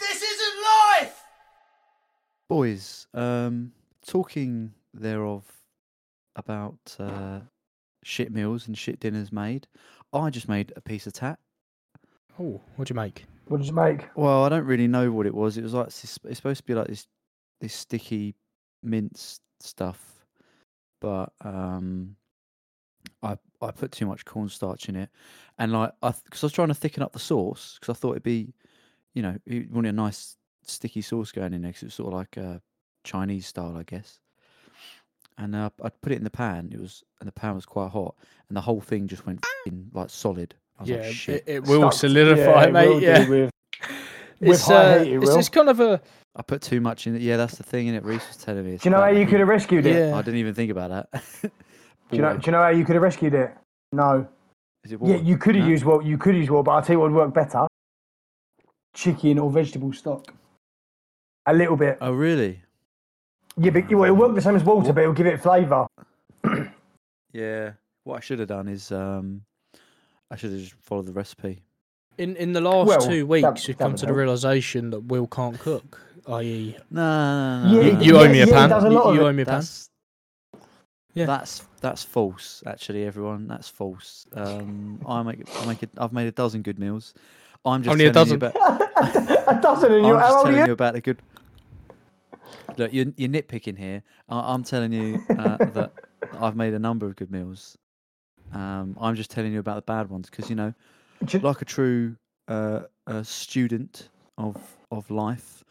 This isn't life! Boys, um, talking thereof about uh, shit meals and shit dinners made, I just made a piece of tat. Oh, what'd you make? What did you make? Well, I don't really know what it was. It was like it's it's supposed to be like this this sticky mince stuff, but um, I I put too much cornstarch in it, and like I because I was trying to thicken up the sauce because I thought it'd be, you know, you want a nice sticky sauce going in there 'cause it was sort of like uh, Chinese style, I guess. And uh, I put it in the pan. It was and the pan was quite hot, and the whole thing just went fing, like solid. I was Ah! yeah, like, shit. it, it will Stuck. solidify, Yeah, it mate. will do yeah, With, with it's, high uh, heat, it it's, will. it's kind of a I put too much in it. Yeah, that's the thing, and it Reese was telling me. it's do you know about how the you could heat. have rescued it? yeah. I didn't even think about that. Do you know? Water. Do you know how you could have rescued it? No. Is it Yeah, water? you could have No. used well. You could use well, but I'll tell you what would work better: chicken or vegetable stock. A little bit. Oh, really? Yeah, but well, it'll work the same as water, but it'll give it flavour. Yeah. What I should have done is um, I should have just followed the recipe. In in the last Well, two that- weeks, we've that come would to the help. realization that Will can't cook, i.e., No, no, no. Yeah, no, you, no, you no. owe yeah, me a yeah, pan. there's a You- lot of you, it. owe me a pan. That's, Yeah. that's that's false. Actually, everyone, that's false. Um, I make I make a, I've made a dozen good meals. I'm just Only a telling you dozen. about- A dozen, and you're I'm just how old telling are you? you? about the good. Look, you're, you're nitpicking here. I, I'm telling you uh, that I've made a number of good meals. Um, I'm just telling you about the bad ones because you know, Do you- like a true uh, uh, student of of life,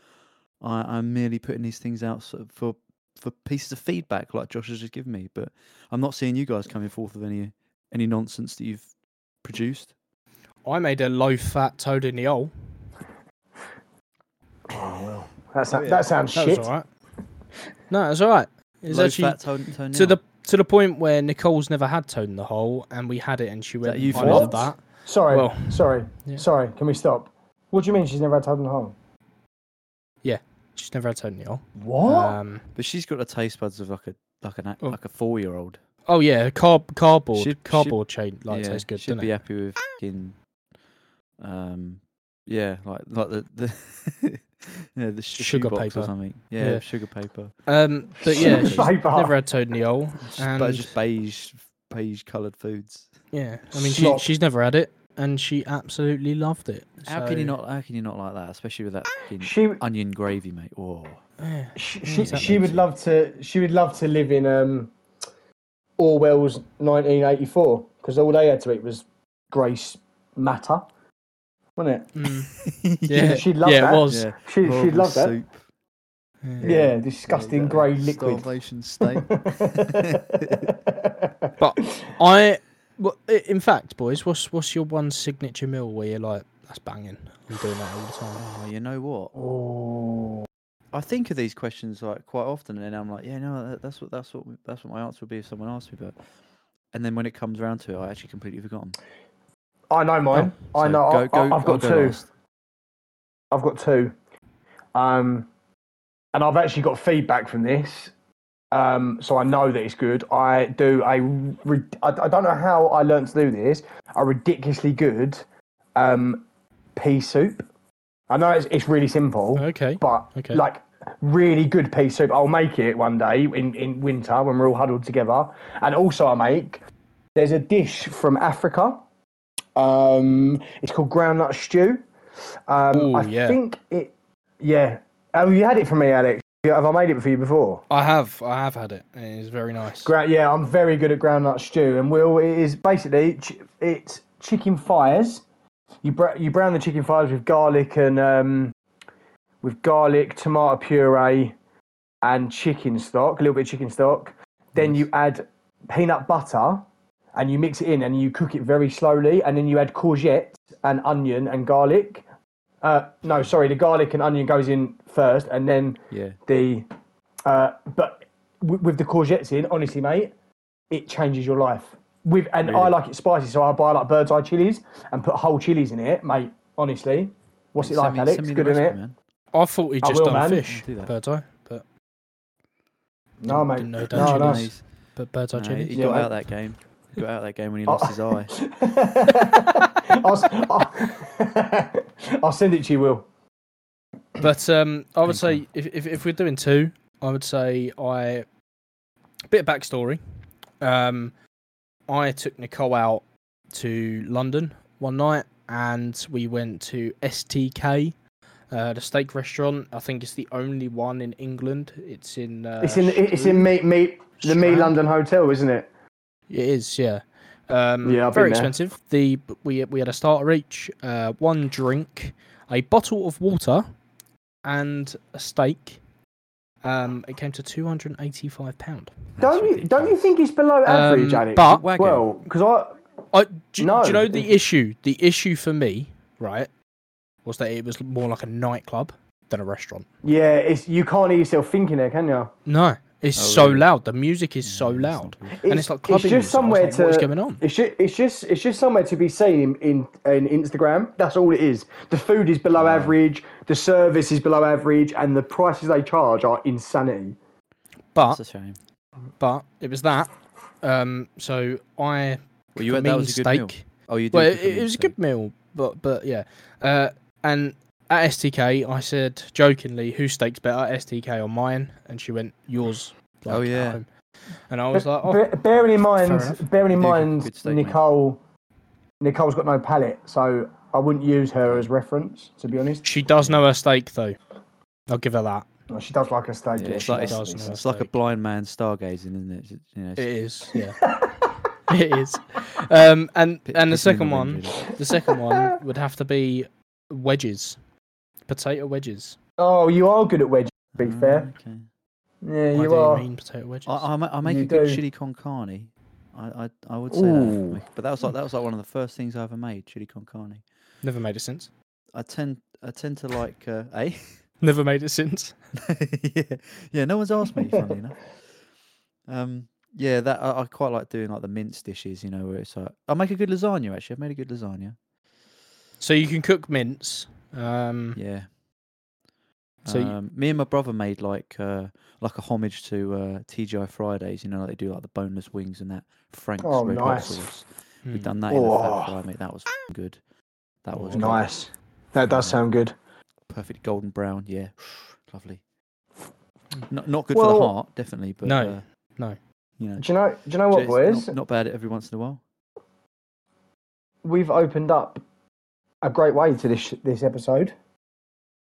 I, I'm merely putting these things out sort of for for pieces of feedback, like Josh has just given me. But I'm not seeing you guys coming forth with any any nonsense that you've produced. I made a low-fat toad in the hole. That, sound, that sounds Oh, That shit. was all right. No, it's all right. It's Low actually fat tone, tone to the to the point where Nicole's never had toad in the hole, and we had it, and she went, that you "I for love what? that." Sorry, Well, sorry, yeah. sorry. Can we stop? What do you mean she's never had toad in the hole? She's never had toad in the hole. What? Um, but she's got the taste buds of like a like an a Oh. like a four year old. oh yeah, carb cardboard She'd- she'd- cardboard chain like tastes good, Should doesn't be it? happy with fucking, um, yeah, like like the the yeah the Sugar sugar box paper. or something. Yeah, Yeah. sugar paper, Um, but yeah, she's Flavour. never had toad in the hole, Just- but and just beige beige coloured foods. yeah, I mean she, Slop. she's never had it, and she absolutely loved it. How can you so- not? How can you not like that? Especially with that fucking She, onion gravy, mate. Oh, Yeah. she, Mm, she, exactly. she would love to. She would love to live in um, Orwell's 1984 because all they had to eat was Grace Matter, wasn't it? Mm, yeah, yeah, she loved yeah, that. it was. She, she horrible loved that. soup. Yeah. Yeah, disgusting Yeah, grey liquid. Starvation state. But I, well, i- in fact, boys, what's what's your one signature meal where you're like, that's banging. I'm doing that all the time. oh, you know what? oh, I think of these questions like quite often, and I'm like, yeah, no, that, that's what that's what that's what my answer would be if someone asked me. But and then when it comes around to it, I actually completely forgotten. I know mine. I Oh, So know. I, go- go- I, I've got I'll go two. last. I've got two. Um, and I've actually got feedback from this. Um, so I know that it's good. I do a ri- I, I don't know how I learned to do this. A ridiculously good um, pea soup. I know it's, it's really simple, Okay. but okay. like really good pea soup. I'll make it one day in, in winter when we're all huddled together. And also, I make there's a dish from Africa. Um, it's called groundnut stew. Um, Ooh, I yeah. think it. Yeah. Have you had it for me, Alex? Yeah, Have I made it for you before? I have, I have had it. and It's very nice. Gra- yeah, I'm very good at groundnut stew. And Will, it is basically ch- it's chicken fires. You br- you brown the chicken fires with garlic and um, with garlic, tomato puree, and chicken stock. A little bit of chicken stock. Then you add peanut butter, and you mix it in, and you cook it very slowly. And then you add courgettes and onion and garlic. Uh, no, sorry, the garlic and onion goes in first, and then Yeah, the uh, but w- with the courgettes in, honestly, mate, it changes your life. With and I Really? like it spicy, so I buy like bird's eye chilies and put whole chilies in it, mate. Honestly, what's it Send like, me- Alex? send me the Good in it? recipe, man. I thought he'd I just will, done man. fish, Do that. bird eye, but No, mate. didn't know No, that no. chilies. Nice. but bird eye No, chili. he Yeah, got mate. out that game. He got out that game when he lost his eye. I'll, s- I'll- I'll send it to you, Will. But um, I would Okay. say if, if if we're doing two, I would say I bit of backstory. Um, I took Nicole out to London one night, and we went to STK, uh, the steak restaurant. I think it's the only one in England. It's in. Uh, It's in it's in meat meat the meat Strand? London Hotel, isn't it? It is, yeah. Um, Yeah, I've very been there. expensive. The but we we had a starter each, uh, one drink, a bottle of water, and a steak. Um, it came to two hundred and eighty-five pound. That's Don't you don't you think it's below average, Um, Alex? but- Wagon. well, because I I do, No, do you know it- the issue? The issue for me, right, was that it was more like a nightclub than a restaurant. yeah, it's you can't eat yourself thinking there, can you? No, it's Oh, so really? loud. The music is Yeah, so that's not loud, good. and it's like it's clubbing. just music. I was somewhere like, What is to- going on? It's just, it's just it's just somewhere to be seen in, in in Instagram. That's all it is. The food is below average, the service is below average, and the prices they charge are insanity. But That's a shame. but it was that. Um, so I Well, you had mean that was a good steak. meal. Oh, you did. Well, cook it, a it mean was a steak. good meal, but but yeah. Uh, and at STK, I said jokingly, "Who steaks better, STK or mine?" And she went, "Yours." Oh, at yeah. home." And I was like, oh, Be- bearing in Fair mind, enough. bearing in You do cook a mind, good steak, mate. Nicole, Nicole's got no palate, so I wouldn't use her as reference. To be honest, "She does know her steak, though." I'll give her that. No, she does like a steak. Yeah, yeah, it's she like, does. it's, does know it's her like a steak. blind man stargazing, isn't it? It's- You know, It it's is, yeah. it is. Um, and pi- and pissing in the second wind, one, really. the second one would have to be wedges, potato wedges. Oh, you are good at wedges. To be fair, Ah, okay. yeah, I you do are. mean potato wedges. I, I, ma- I make You a good do. chili con carne. I, I, I would say Ooh. that, but that was like that was like one of the first things I ever made, chili con carne. Never made it since. I tend I tend to like uh, eh? Never made it since. yeah, yeah. No one's asked me. Funny enough. Um, yeah, that I, I quite like doing like the mince dishes. You know, where it's like I make a good lasagna. Actually, I've made a good lasagna. So you can cook mince. Um, Yeah. So you- um, me and my brother made like uh, like a homage to uh, TGI Fridays. You know, like they do like the boneless wings and that Frank's Oh, red nice. hot sauce. hmm. We've done that in the Oh. fat fry, mate. That was f***ing good. That was Oh, good. Nice. That does sound good. perfect golden brown. Yeah, lovely. Not not good for the Well- heart, definitely. But No, uh, no. You know, Do you know? Do you know what, just boys? Not, not bad every once in a while. We've opened up a great way to this this episode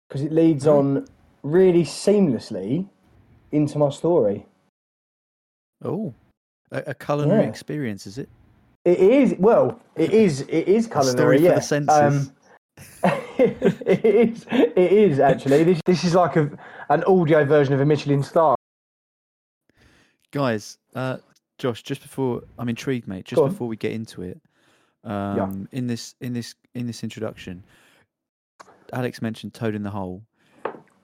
because it leads Hmm. on really seamlessly into my story. Oh, a, a culinary Yeah. experience, is it? It is well. It is. It is Story culinary. for yeah. Um, the senses. it is. It is actually. This, this is like a, an audio version of a Michelin star. Guys, uh, Josh, just before I'm intrigued, mate. Just Go on. before we get into it, um, in this in this in this introduction, Alex mentioned Toad in the Hole.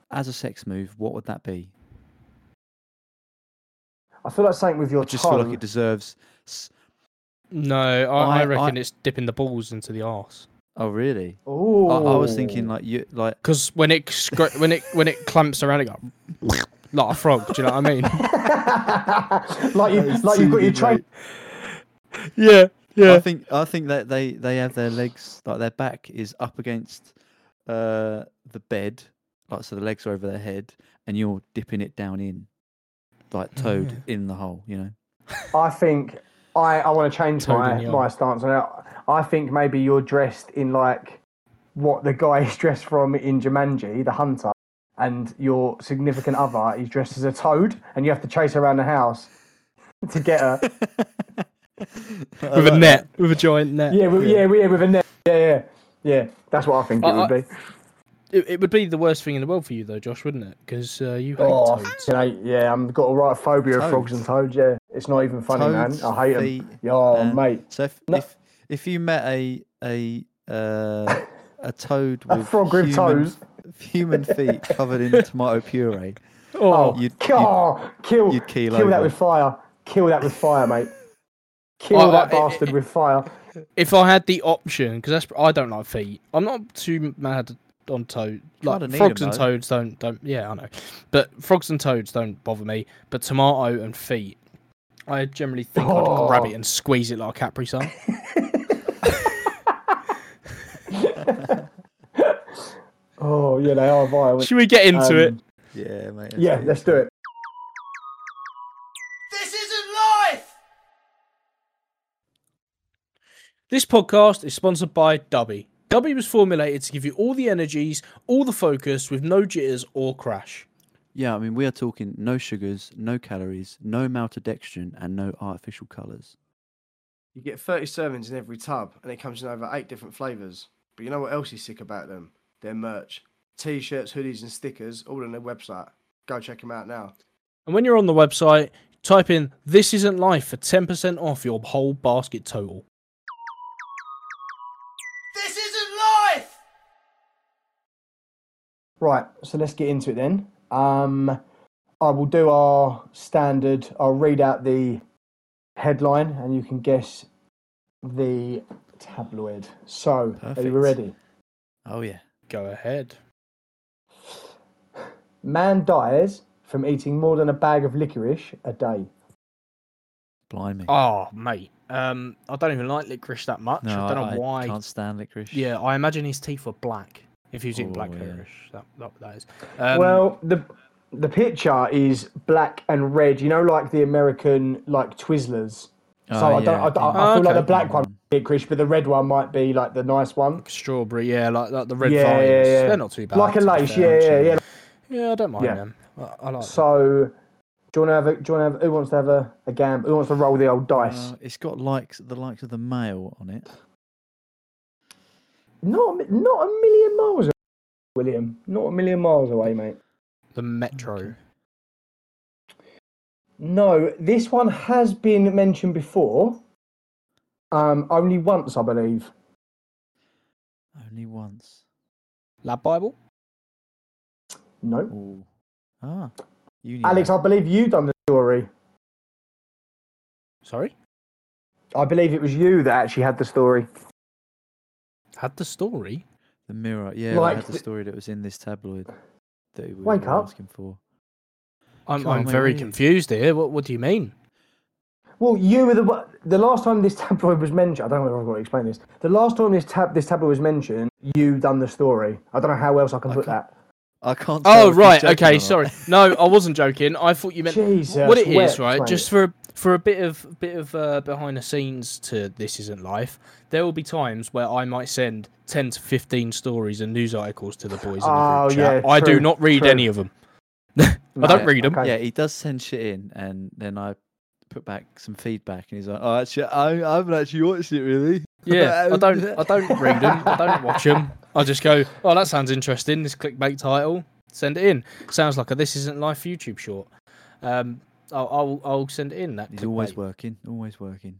As a sex move, what would that be? I feel like something with I your just feel tongue. like it deserves. s- No, I, I I- reckon I- it's dipping the balls into the arse. Oh, really? I, Ooh. I was thinking like you like Because when it scr- when it when it clamps around, it goes like a frog. Do you know what I mean? like you, That like you've got your is too train. yeah, I think I think that they they have their legs like their back is up against uh the bed, like so the legs are over their head, and you're dipping it down in, like toad in the hole. You know, I think I, I want to change Toad my, in the my eye. stance on it. I think maybe you're dressed in like what the guy is dressed from in Jumanji, the hunter, and your significant other is dressed as a toad, and you have to chase her around the house to get her. with a net, with a giant net. Yeah, with, yeah, yeah, with a net. Yeah, yeah, yeah. That's what I think it I- would be. It, it would be the worst thing in the world for you though, Josh, wouldn't it? Because uh, you hate Oh, toads. you know, yeah, I've got a right phobia of frogs and toads. Yeah, it's not even funny, Toads, man. I hate feet, uh, them. Oh, and- mate, So if No. if, if you met a a uh, a toad with a frog with human, toes. human feet covered in tomato puree, Oh, you'd- God, kill, you'd keel kill that over. with fire. Kill that with fire, mate. Kill Oh, uh, that I- I- bastard with fire. If I had the option, because that's I don't like feet. I'm not too mad on toad. Like Kinda need 'em, frogs and though. toads don't don't. Yeah, I know. But frogs and toads don't bother me. But tomato and feet, I generally think I'd grab it Oh. and squeeze it like a Capri Sun. Oh, well. Yeah, they are violent. Should we get into Um, it? Yeah, mate. Yeah, let's do it. This isn't life! This podcast is sponsored by Dubby. Dubby was formulated to give you all the energies, all the focus, with no jitters or crash. Yeah, I mean, we are talking no sugars, no calories, no maltodextrin, and no artificial colours. You get 30 servings in every tub, and it comes in over eight different flavours. But you know what else is sick about them? Their merch. T shirts, hoodies, and stickers, all on their website. Go check them out now. And when you're on the website, type in This Isn't Life for 10% off your whole basket total. This isn't life! Right, so let's get into it then. Um, I will do our standard. I'll read out the headline, and you can guess the tabloid. So, are Perfect. you ready? Oh yeah. Go ahead. Man dies from eating more than a bag of licorice a day. Blimey. Oh, mate. Um, I don't even like licorice that much. I don't know why. can't stand licorice. Yeah, I imagine his teeth were black. If he was eating black Oh, yeah. licorice, that, that, that is. Um, well, the the picture is black and red. You know, like the American like Twizzlers. So Oh, I don't. I, yeah, Uh, don't- yeah. I feel like Okay. the black one licorice, but the red one might be like the nice one. strawberry, yeah, like, like the red Yeah, vines. yeah, yeah. They're not too bad. Like a to be lace, fair. yeah, yeah, yeah. Yeah, I don't mind Yeah. them. I, I like them. So, do you want to have a? Do you want to have? Who wants to have a, a gamble? Who wants to roll the old dice? Uh, it's got likes the likes of the male on it. not, a mi- not a million miles, away, William. Not a million miles away, mate. the Metro. No, this one has been mentioned before. Um, only once, I believe. Only once. Lab Bible? No, Ooh. Ah. You knew Alex, that. I believe you done the story. Sorry? I believe it was you that actually had the story. Had the story? the mirror. Yeah, I like had the the- story that was in this tabloid that we Wake were up. asking for. I'm, Come on, I'm mate, very read. confused here. What, what do you mean? Well, you were the one- the last time this tabloid was mentioned. I don't know if I've got to explain this. The last time this tab this tabloid was mentioned, you done the story. I don't know how else I can I put can't- that. I can't. tell Oh if he's right, joking or okay, not. sorry. No, I wasn't joking. I thought you meant Jesus, what it is, wept, right? mate. Just for for a bit of bit of uh, behind the scenes to this isn't life. There will be times where I might send ten to fifteen stories and news articles to the boys in the Oh, group chat. yeah, I do true, not read true. any of them. I Yeah, don't read them. okay. Yeah, he does send shit in, and then I put back some feedback, and he's like, "Oh, actually, I, I haven't actually watched it really." Yeah, I don't. I don't read them. I don't watch them. I just go. Oh, that sounds interesting. This clickbait title. Send it in. Sounds like a this isn't life YouTube short. Um, I'll I'll, I'll send it in. That He's always clickbait. working, always working.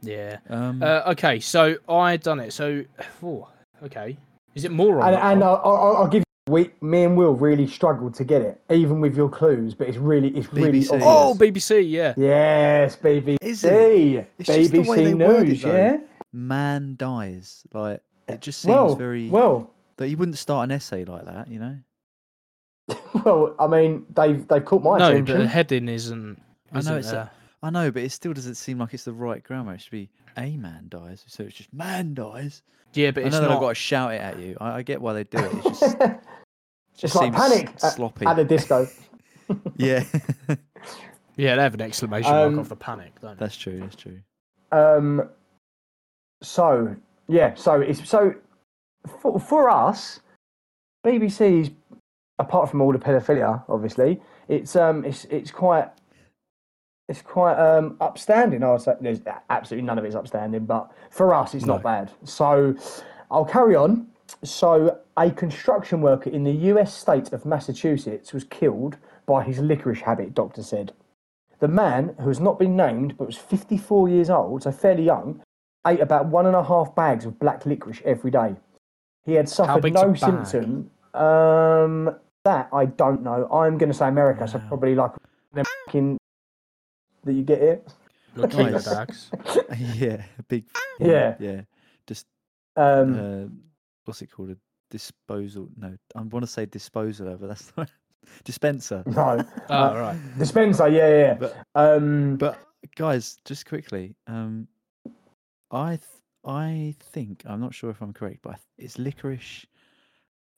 Yeah. Mm. Um, Uh, okay, so I done it. So, oh, okay. Is it more Oh, on? And, that and one? I'll, I'll, I'll give you, we, me and Will really struggled to get it, even with your clues. But it's really, it's really. BBC. obvious. oh, BBC. Yeah. yes, BBC. Is it? It's just the way they BBC word it, News. though. yeah. man dies. Like it just seems Well, very. well, that you wouldn't start an essay like that, you know. well. I mean, they've they've caught my No, but attention. the heading isn't. I know isn't it's a- there. I know, but it still doesn't seem like it's the right grammar. It should be a man dies, so it's just man dies. yeah, but I it's know that I've not. got to shout it at you. I, I get why they do it. It just, just it's like seems panic s- at- sloppy. at a disco. yeah, Yeah, they have an exclamation Um, mark off the panic. Don't they? that's true. That's true. Um, so yeah, so it's so for, for us, BBC's apart from all the paedophilia, obviously, it's um, it's it's quite it's quite um upstanding. I would say there's absolutely none of it's upstanding, but for us, it's not No. bad. So I'll carry on. So a construction worker in the U.S. state of Massachusetts was killed by his licorice habit. Doctor said. The man, who has not been named but was 54 years old, so fairly young, ate about one and a half bags of black licorice every day. He had suffered big's a no bag? symptom. Um, that I don't know. I'm going to say America, so Wow. probably like them fucking that you get here. Look at Nice. the bags. yeah, a big. Yeah. yeah. Um, uh, what's it called? A disposal? No, I want to say disposal, but that's not dispenser. No, Oh, all right. dispenser. Yeah, yeah, yeah. But Um, but guys, just quickly, um, I th- I think I'm not sure if I'm correct, but I th- it's licorice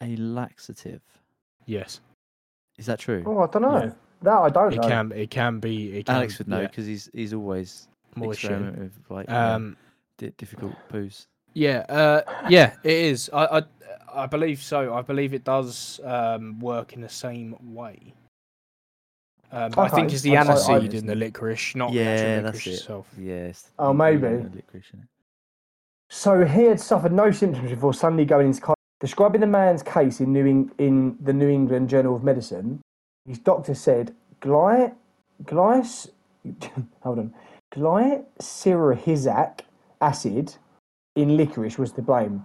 a laxative? Yes, Is that true? Oh, I don't know. Yeah. That I don't it know. can. It can be. It can, Alex would know um, yeah, because he's he's always more shit. experimenting with like um, Um, difficult poos. Yeah, uh, yeah, it is. I, I, I believe so. I believe it does um, work in the same way. Um, I think Okay, it's the I- I- I- aniseed in the licorice, not the actual Yeah, licorice that's it. itself. Yes. Oh, maybe. So he had suffered no symptoms before suddenly going into coma. Describing the man's case in, New Eng- in the New England Journal of Medicine, his doctor said, Gly- glys- hold on, glycyrrhizic acid in licorice was to blame.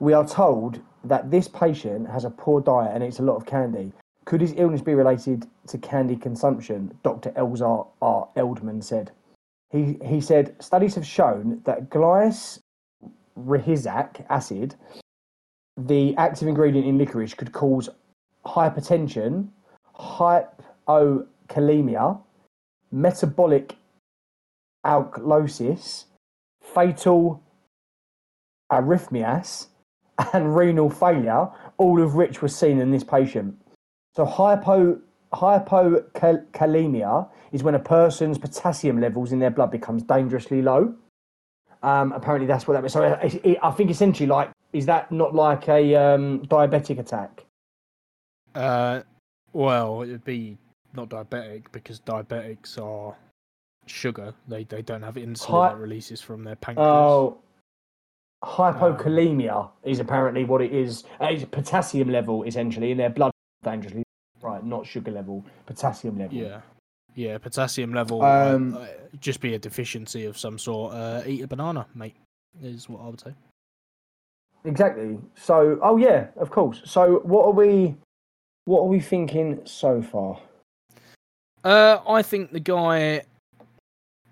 We are told that this patient has a poor diet and eats a lot of candy. Could his illness be related to candy consumption? Dr. Elzar R. Eldman said. He, he said, studies have shown that glycyrrhizic Rihizac acid, the active ingredient in licorice, could cause hypertension, hypokalemia, metabolic alkalosis, fatal arrhythmias, and renal failure, all of which were seen in this patient. So hypo hypokalemia is when a person's potassium levels in their blood becomes dangerously low. Um, apparently, that's what that was. So it, it, I think essentially, like, is that not like a um, diabetic attack? Uh, well, it would be not diabetic because diabetics are sugar. They they don't have insulin Hi- that releases from their pancreas. Oh, Um, hypokalemia is apparently what it is. Uh, It's potassium level essentially in their blood dangerously. Right, not sugar level, potassium level. yeah, yeah. Potassium level Um, um, just be a deficiency of some sort. Uh, eat a banana, mate. Is what I would say. exactly. So, oh yeah, of course. So, what are we, what are we thinking so far? Uh, I think the guy.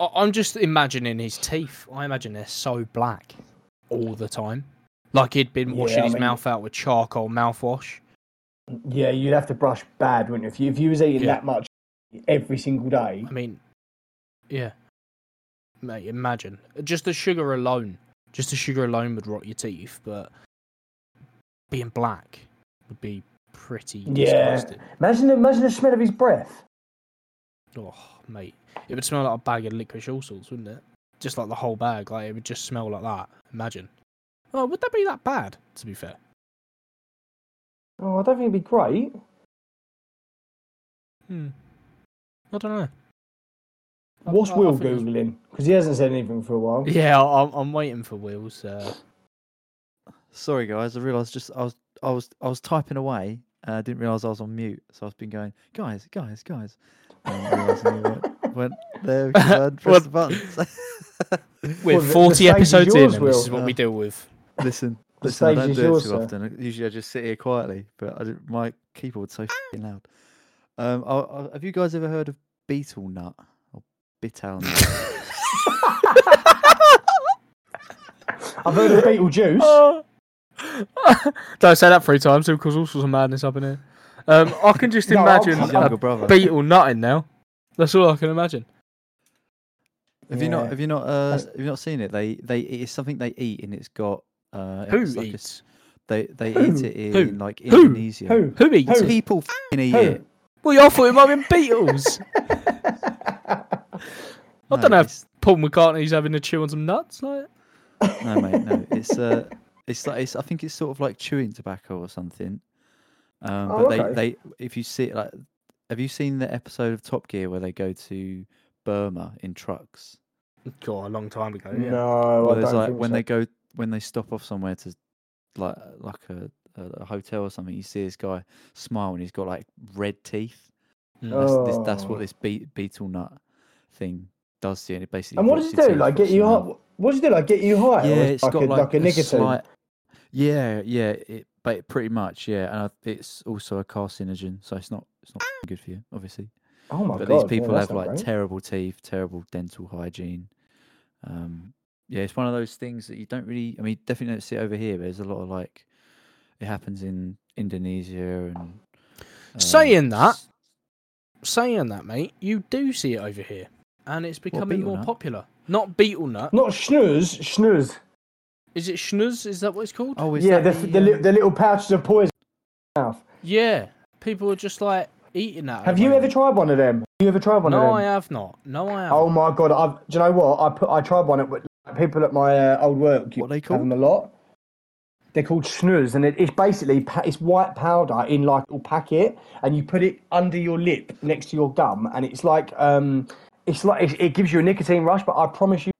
I, I'm just imagining his teeth. I imagine they're so black all the time. Like he'd been Yeah, washing I his mean- mouth out with charcoal mouthwash. Yeah, you'd have to brush bad, wouldn't you? If you if you was eating Yeah. that much every single day. I mean, yeah. Mate, imagine. Just the sugar alone. Just the sugar alone would rot your teeth, but being black would be pretty Yeah. disgusting. Imagine, imagine the smell of his breath. Oh, mate. It would smell like a bag of licorice all sorts, wouldn't it? Just like the whole bag. Like, it would just smell like that. Imagine. Oh, would that be that bad, to be fair? Oh, I don't think it'd be great. Hmm. I don't know. I- What's I- I Will think it's- googling? Because he hasn't said anything for a while. Yeah, I- I'm, I'm waiting for Will's. Uh... Sorry, guys. I realised just I was I was I was typing away. And I didn't realise I was on mute, so I've been going, guys, guys, guys. And I realised you weren't, weren't there 'cause I hadn't pressed the buttons. We're the- the 40 stage is episodes yours, in, and this Will. is what we Uh, deal with. Listen, The listen. I stage don't is do yours, it too sir. often. Usually, I just sit here quietly, but I didn't, my keyboard's so fing loud. Um, I, I, have you guys ever heard of beetle nut or bital nut? I've heard of Beetlejuice. Oh. Don't say that three times. It'll cause all sorts of madness up in here. Um, I can just No, I'll- imagine His a younger brother. beetle nutting now. That's all I can imagine. Have you not? Yeah. Have you not? Uh, That's- have you not seen it? They they it's something they eat, and it's got uh, Who it's like a s- eats? they they Who? eat it in Who? like Who? Indonesia. Who? Who eats? Who? it? People fing eat Who? it. Well, yeah, I thought it might have been beetles. I No, don't know. it's- If Paul McCartney's having to chew on some nuts. Like, No, mate. No, it's uh, it's like it's. I think it's sort of like chewing tobacco or something. Um, Oh, but okay. they they if you see like, have you seen the episode of Top Gear where they go to Burma in trucks? God, a long time ago. Yeah. No, Well, Oh, I there's don't like think when so. they go when they stop off somewhere to like like a, a, a hotel or something. You see this guy smile and he's got like red teeth. Mm. That's, this, that's Oh. what this be- beetle nut thing does to you. And it basically Oh. And what rots does it your do? teeth, Like get rots you your high? mouth. What does it do? Like get you high? Yeah, or it's like got a, like, a nicotine. slight. Yeah, yeah, it, but it pretty much, yeah, and I, it's also a carcinogen, so it's not it's not Ah. good for you, obviously. oh my but god! these people yeah, that's have not like great. terrible teeth, terrible dental hygiene. Um, yeah, it's one of those things that you don't really. I mean, definitely don't see it over here. But there's a lot of like, it happens in Indonesia and. um, Saying that, s- Saying that, mate, you do see it over here, and it's becoming beetle more nut? popular. Not beetle nut. Not schnooze, schnooze. Is it schnuz? Is that what it's called? oh, is Yeah, that the, the, li- um, the little pouches of poison. mouth. Yeah, people are just like eating that. at Have the you ever moment. tried one of them? You ever tried one of No, them? I have not. No, I have. Oh my god! I've, do you know what? I put I tried one at w- people at my uh, old work. You What are they Have them a lot. They're called schnooze, and it, it's basically pa- it's white powder in like a little packet, and you put it under your lip next to your gum, and it's like um, it's like it, it gives you a nicotine rush. But I promise you,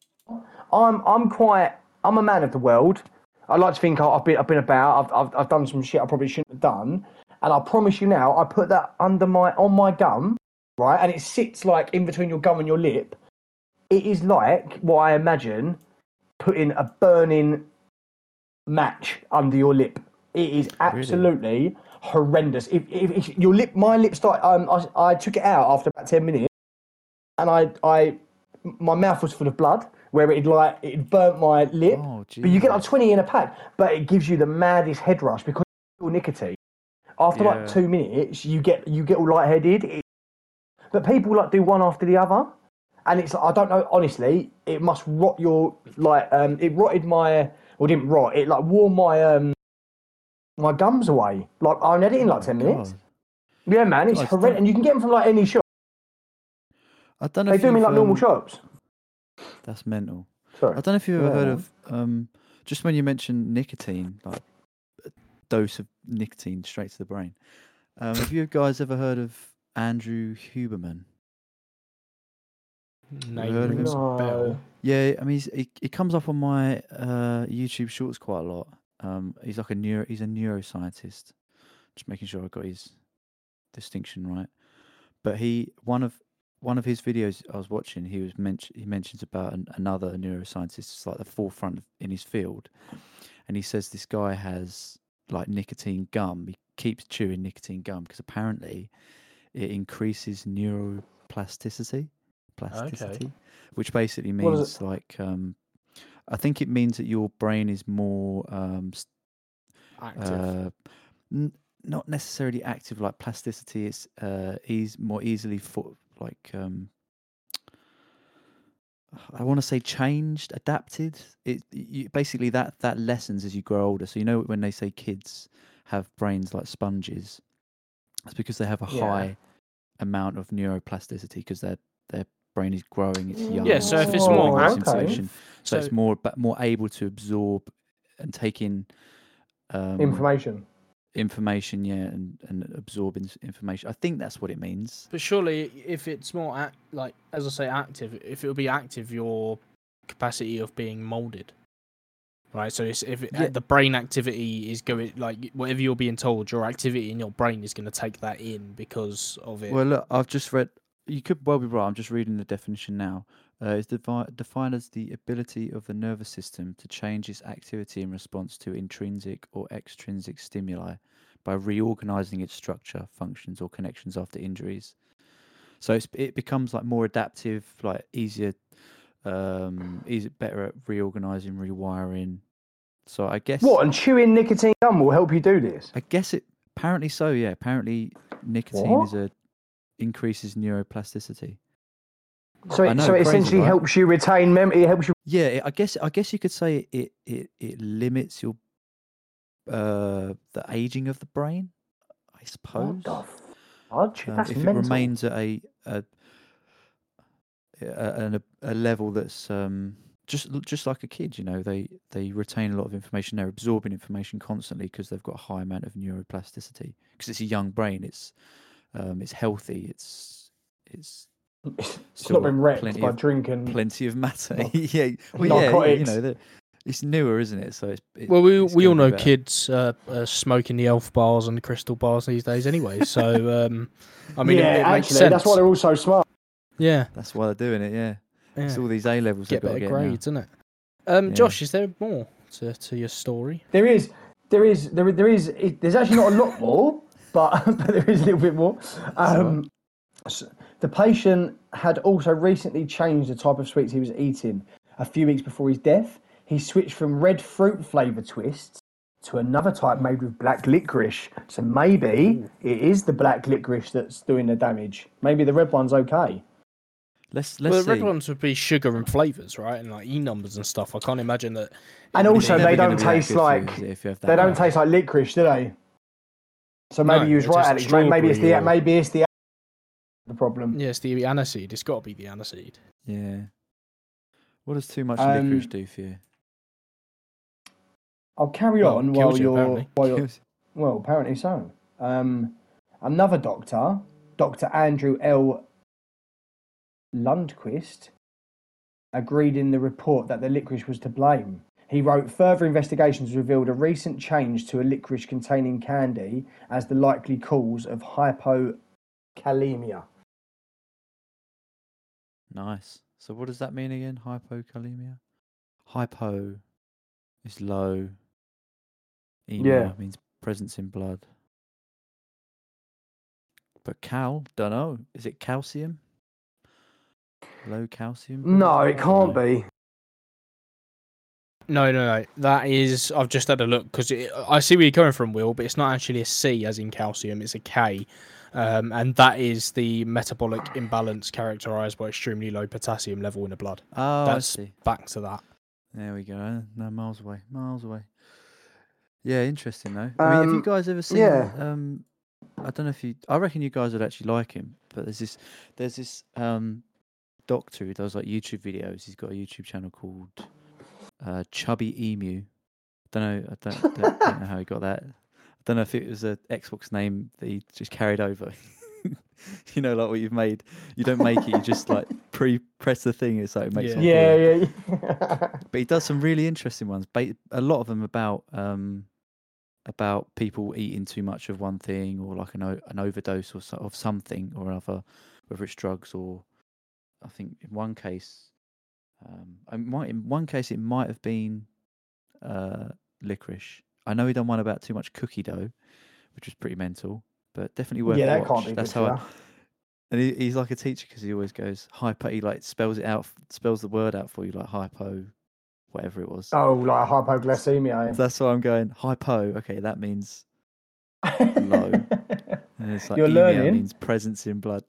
I'm I'm quite I'm a man of the world. I like to think I- I've been I've been about. I've, I've I've done some shit I probably shouldn't have done, and I promise you now, I put that under my on my gum, right, and it sits like in between your gum and your lip, it is like what I imagine putting a burning match under your lip. It is absolutely horrendous. If, if, if your lip, my lip started, um, I, I took it out after about 10 minutes and I, I, my mouth was full of blood where it like, it burnt my lip. Oh, but you get like Jesus. 20 in a pack, but it gives you the maddest head rush because it's pure nicotine. After Yeah. like two minutes, you get, you get all lightheaded. It, but people like do one after the other and it's I don't know honestly. It must rot your like um it rotted my or didn't rot. It like wore my um my gums away. Like I only had it in like ten minutes. Oh God. Yeah, man, it's God, it's horrendous. not- And you can get them from like any shop. I don't know They if do them in you've, like normal um, shops. That's mental. Sorry. I don't know if you've ever heard Yeah. of um, just when you mentioned nicotine, like a dose of nicotine straight to the brain. Um, have you guys ever heard of Andrew Huberman? Name Heard of rings a him? bell. No. Yeah, I mean, he's, he he comes up on my uh, YouTube Shorts quite a lot. Um, he's like a neuro, he's a neuroscientist. Just making sure I got his distinction right. But he one of one of his videos I was watching, he was mention he mentions about an, another neuroscientist, it's like the forefront in his field, and he says this guy has like nicotine gum. He keeps chewing nicotine gum because apparently it increases neuroplasticity. Plasticity which basically What is means like um, I think it means that your brain is more um, s- Active. uh, n- not necessarily active like plasticity. It's uh, eas more easily for like um, I want to say changed, adapted. It you, basically that that lessens as you grow older. So you know when they say kids have brains like sponges, it's because they have a Yeah. high amount of neuroplasticity because their their brain is growing. It's young. Yeah, so if it's absorbing more all this active- information, so, So- it's more but more able to absorb and take in um, Information. information, yeah, and and absorb in- information. I think that's what it means. But surely, if it's more act, like as I say, active. If it'll be active, your capacity of being molded, right? So it's, if it, Yeah. the brain activity is going, like whatever you're being told, your activity in your brain is going to take that in because of it. Well, look, I've just read. You could well be right. I'm just reading the definition now. Uh, it's devi- defined as the ability of the nervous system to change its activity in response to intrinsic or extrinsic stimuli by reorganizing its structure, functions, or connections after injuries. So it's, it becomes like more adaptive, like easier, um, easier, better at reorganizing, rewiring. So I guess What and chewing nicotine gum will help you do this. I guess it apparently so. Yeah, apparently nicotine What? is a increases neuroplasticity. So I it, know, so it crazy, essentially right? helps you retain memory. It helps you. Yeah, it- I guess I guess you could say it it it limits your uh the aging of the brain. I suppose What the fudge? Um, That's if mental. it remains at a a a, an- a level that's um just l- just like a kid, you know, they they retain a lot of information. They're absorbing information constantly because they've got a high amount of neuroplasticity. Because it's a young brain, it's um it's healthy, it's it's it's not been wrecked plenty by of- drinking. plenty of matter. Narc- yeah, well, yeah, yeah, you Mm. narcotics. know, the, it's newer, isn't it? So it's it- Well, we it's we all gonna know be better. kids uh, are smoking the elf bars and the crystal bars these days, anyway. So, um, I mean, it- yeah, it, actually, makes sense. that's why they're all so smart. yeah, That's why they're doing it. Yeah, yeah. it's all these A levels. get they've got better to get now. grades, isn't it? Um, Yeah. Josh, is there more to, to your story? There is, there is, there is, there is. It, there's actually not a lot more, but, but there is a little bit more. Um, s- the patient had also recently changed the type of sweets he was eating. A few weeks before his death, he switched from red fruit flavour twists to another type made with black licorice. So maybe it is the black licorice that's doing the damage. Maybe the red one's okay. Let's well, let's the red see. ones would be sugar and flavors, right, and like e numbers and stuff. I can't imagine that. And Yeah, also, they're they never gonna don't be that taste good for you, like is it, if you have that they don't much? taste like licorice, do they? So maybe No, you was it's right, just Alex. May- Maybe it's the strawberry or- maybe it's the the problem. Yes, the aniseed. It's got to be the aniseed. Yeah. What does too much Um, licorice do for you? I'll carry Well, on it while kills you, you're apparently. while you're Well, apparently so. Um, another doctor, Dr. Andrew L. Lundquist, agreed in the report that the licorice was to blame. He wrote, Further investigations revealed a recent change to a licorice containing candy as the likely cause of hypokalemia. Nice. So what does that mean again? Hypokalemia? Hypo is low. Emia means presence in blood. But cal, don't know. Is it calcium? Low calcium? No, it can't be. No, no, no. That is. I've just had a look because I see where you're coming from, Will. But it's not actually a C as in calcium. It's a K, um, and that is the metabolic imbalance characterized by extremely low potassium level in the blood. Oh, I That's- see. Back to that. There we go. No, miles away. Miles away. Yeah, interesting though. I mean, have you Um, guys ever seen? yeah. Um, I don't know if you. I reckon you guys would actually like him. But there's this. There's this um, doctor who does like YouTube videos. He's got a YouTube channel called uh, Chubby Emu. Don't know. I don't, don't, don't know how he got that. I don't know if it was a Xbox name that he just carried over. you know, like what you've made. You don't make it. You just like pre press the thing. It's like it makes. Yeah. one for you Yeah, yeah. yeah. but he does some really interesting ones. Ba- a lot of them about um, about people eating too much of one thing or like an o- an overdose or so- of something or another, whether it's drugs or I think in one case, um, I might in one case it might have been uh, licorice. I know he done one about too much cookie dough, which was pretty mental, but definitely worth yeah, a that watch. can't be That's good how I, for you. and he, he's like a teacher because he always goes hypo. He like spells it out, spells the word out for you, like hypo, whatever it was. Oh, like hypoglycemia. That's why I'm going hypo. Okay, that means Low. and it's like You're emia learning. means presence in blood.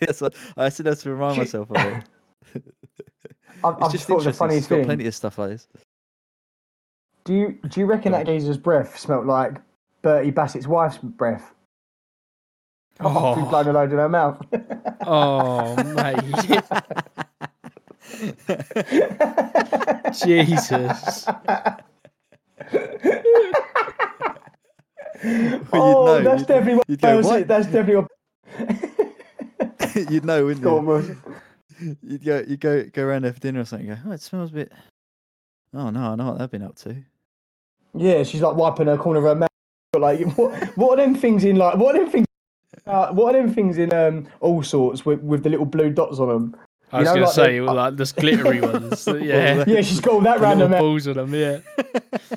that's what I still have to remind Shit. myself of it. I've, It's I've just thought of the interesting. He's funniest got thing. plenty of stuff like this. Do you do you reckon that geezer's breath smelt like Bertie Bassett's wife's breath? Oh, she's blown a load in her mouth. Oh, mate. Jesus. oh, know, that's you'd- definitely what, you'd go, was "What?" it. That's definitely what. You'd know, wouldn't Go on, you? Wilson. You'd go, you go, go around there for dinner or something. and go, oh, it smells a bit. Oh no, I know what they've been up to. Yeah, she's like wiping her corner of her mouth. But, Like, what, what are them things in like? What are them things? Uh, what are them things in um all sorts with, with the little blue dots on them? I was You know, gonna like the- say all like those glittery ones. that- Yeah. Yeah, she's got all that The little random. balls on them. Yeah.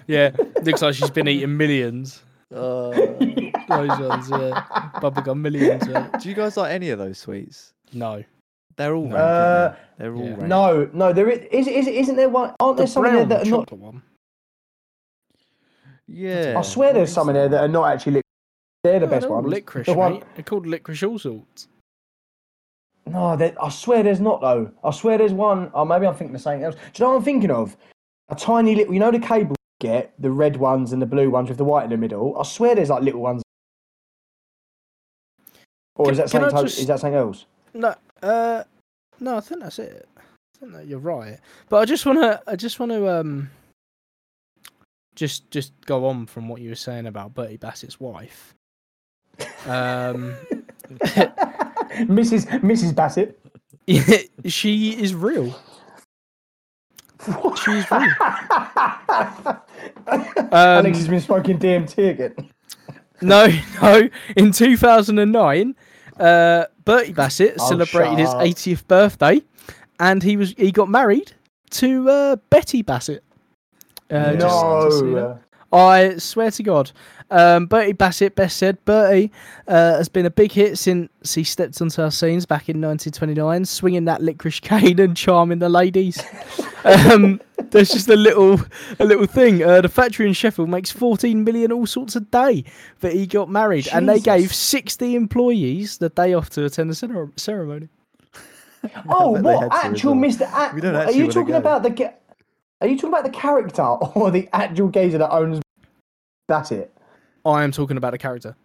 Yeah. Looks like she's been eating millions. Uh, Those ones. Yeah. Bubblegum millions. Yeah. do you guys like any of those sweets? No. They're all rank, Uh, aren't they? they're all yeah. rank. No, no, there is, is, is isn't there one? Aren't there The some in there brown that are not? chocolate one. yeah. I swear, there's some in there that are not actually. Lic- they're the No, best they're all ones. Licorice, the mate. one- They're called licorice all sorts. No, there- I swear there's not though. I swear there's one. Oh, maybe I'm thinking of something else. Do you know what I'm thinking of? A tiny little. You know the cable you get the red ones and the blue ones with the white in the middle. I swear there's like little ones. Or is Can- that can I something? to- just- Is that something else? No, uh, no, I think that's it. I think that you're right. But I just wanna, I just wanna, um, just just go on from what you were saying about Bertie Bassett's wife. Um, Mrs. Mrs. Bassett. she is real. She's real. Um, Alex has been smoking DMT again. No, no. In 2009, uh, Bertie Bassett Oh, celebrated his shut up. 80th birthday, and he was he got married to uh, Betty Bassett. Uh, just- just so you know. no. I swear to God. Um, Bertie Bassett, best said, Bertie uh, has been a big hit since he stepped onto our scenes back in 1929, swinging that licorice cane and charming the ladies. um, there's just a little, a little thing. Uh, the factory in Sheffield makes 14 million all sorts a day, but he got married, and they gave Jesus. 60 employees the day off to attend the cere- ceremony. Oh, bet they what had to as actual well. Mr. At- We don't Are actually you wanna talking go. about the? Ga- are you talking about the character or the actual gazer that owns? That's it. I am talking about a character.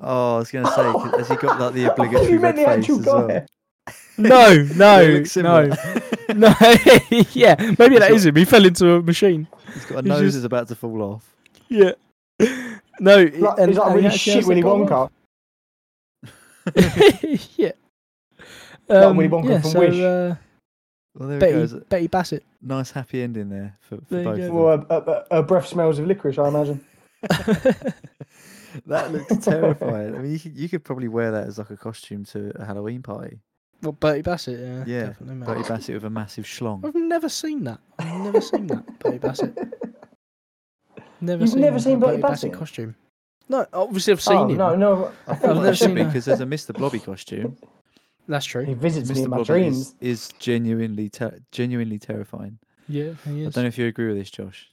Oh, I was going to say, 'cause has he got like the I thought obligatory you red meant the face actual as well? guy. No, They no, look similar. no, no. yeah, maybe that is him. He fell into a machine. He's got a He's nose just- that's about to fall off. Yeah. No, it- Like, and- he's like and really actually shit has Willy that bottom Wonka. half. yeah. Like Willy Wonka Um, yeah, from so, Wish. Uh, Well, there it goes. Betty, Betty Bassett. Nice happy ending there for, for There you both. go. of them. Well, a, a, a breath smells of licorice, I imagine. That looks terrifying. I mean, you could, you could probably wear that as like a costume to a Halloween party. well, Bertie Bassett, yeah. Yeah, definitely, mate. Bertie Bassett with a massive schlong. I've never seen that. I've never seen that, Bertie Bassett. Never You've seen never a seen Bertie Bassett? costume. No, obviously I've seen Oh him. no, no, I think never that should seen be that. because there's a Mr. Blobby costume. That's he true. visits me Mr. in my Blobby dreams. is, is genuinely ter- genuinely terrifying. Yeah, he I is. don't know if you agree with this, Josh.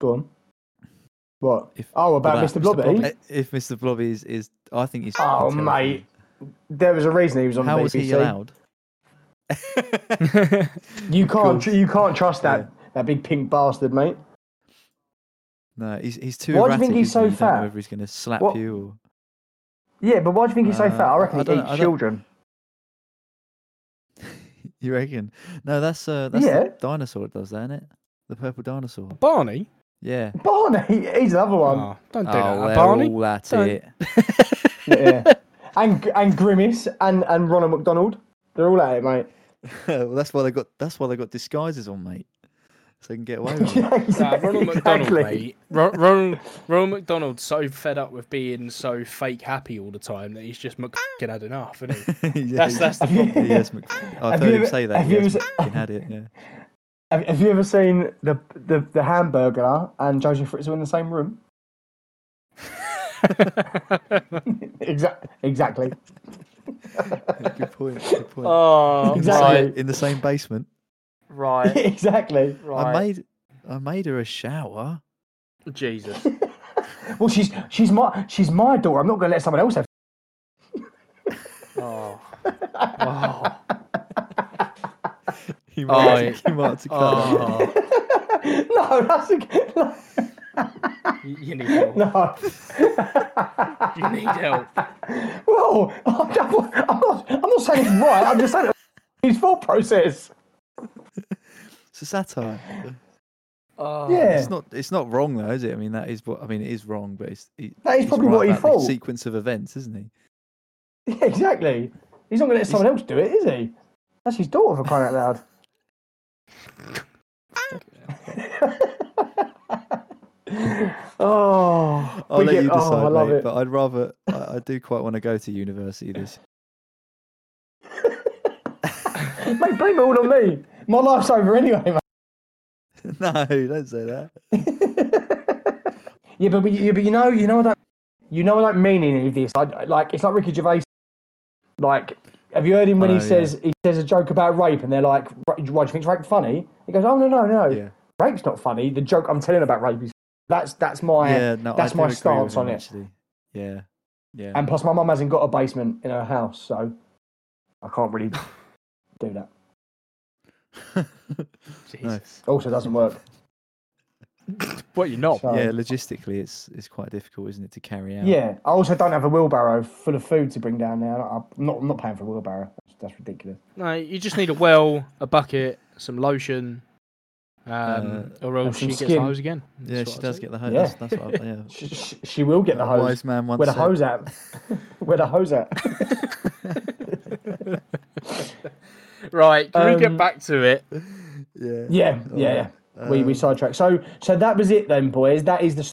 Go on. What? If- oh, about But Mr. that- Blobby. Eh, If Mr. Blobby is, is I think he's. Oh, fucking mate. There was a reason he was terrifying. on How BBC. was he allowed? You can't, tr- you can't trust that Yeah. that big pink bastard, mate. no, he's he's too. Why do you erratic, think he's isn't he? You so don't know fat? Whether he's going to slap What- you or. Yeah, but why do you think he's so Uh, fat? I reckon I he don't- I eats don't- children. You reckon? No, that's uh, that's Yeah. the dinosaur that does that, isn't it? The purple dinosaur. Barney? Yeah. Barney, he's another one. Oh, don't do oh, that, they're Barney. all at Don't- it. Yeah. and Gr- and Grimace and and Ronald McDonald, they're all at it, mate. well, that's why they got that's why they got disguises on, mate, so they can get away with it. Yeah, exactly. Ro- Ronald, Ronald McDonald's so fed up with being so fake happy all the time that he's just fucking had enough, isn't he? yeah, That's that's the problem. he has Mc- I've Have heard you him ever- say that. have He you has ever- fucking had it. Yeah. Have, have you ever seen the the, the hamburger and Joseph Fritzl in the same room? Exactly. Exactly. Good point. Good point. oh, Exactly. right. In the same basement. right, exactly. I made I made her a shower. Jesus. Well, she's she's my she's my daughter. I'm not going to let someone else have. Oh. Oh. He might, Oh, have to- he might have to cut that. oh. no, that's a good. You you need help. No. You need help. Whoa! I'm not, I'm not, I'm not saying it's right. I'm just saying it's his thought process. It's a satire. Oh. Yeah, It's not. It's not wrong though, is it? I mean, that is what. I mean, it is wrong, but it's. It, That is he's probably right what he about the thought. Sequence of events, isn't he? yeah, exactly. He's not going to let someone else do it, is he? That's his daughter for crying out loud. oh, I'll we let get- you decide, oh, I love mate, it. But I'd rather. I, I do quite want to go to university this. Mate, blame it all on me. My life's over anyway, mate. no, don't say that. Yeah, but, but, yeah, but you know, you know, I don't, you know, I don't mean any of this. I, like, it's like Ricky Gervais. Like, have you heard him when I he know, Oh, yeah. says he says a joke about rape, and they're like, "Why do you think rape funny?" He goes, "Oh no, no, no, Yeah. rape's not funny. The joke I'm telling about rape is that's that's my yeah. No, that's I my do agree with stance him, on it. Actually. Yeah. Yeah. And plus, my mum hasn't got a basement in her house, so I can't really do that. Jesus. Also, doesn't work. What, you're not? So, Oh, yeah. yeah. Logistically, it's it's quite difficult, isn't it, to carry out? I also don't have a wheelbarrow full of food to bring down now. I'm not I'm not paying for a wheelbarrow. That's, that's ridiculous. No, you just need a well, a bucket, some lotion, um, or else she Uh, some gets the skin. hose again. Yeah, That's she what I does say. get the hose. Yeah. That's, that's what I, yeah. She, she, she will get the A hose. wise man once Where the said. hose at? Where the hose at? Right, can we get Um, back to it? Yeah. Yeah, yeah, yeah. we Um, we sidetracked. So so that was it then, boys. That is the s-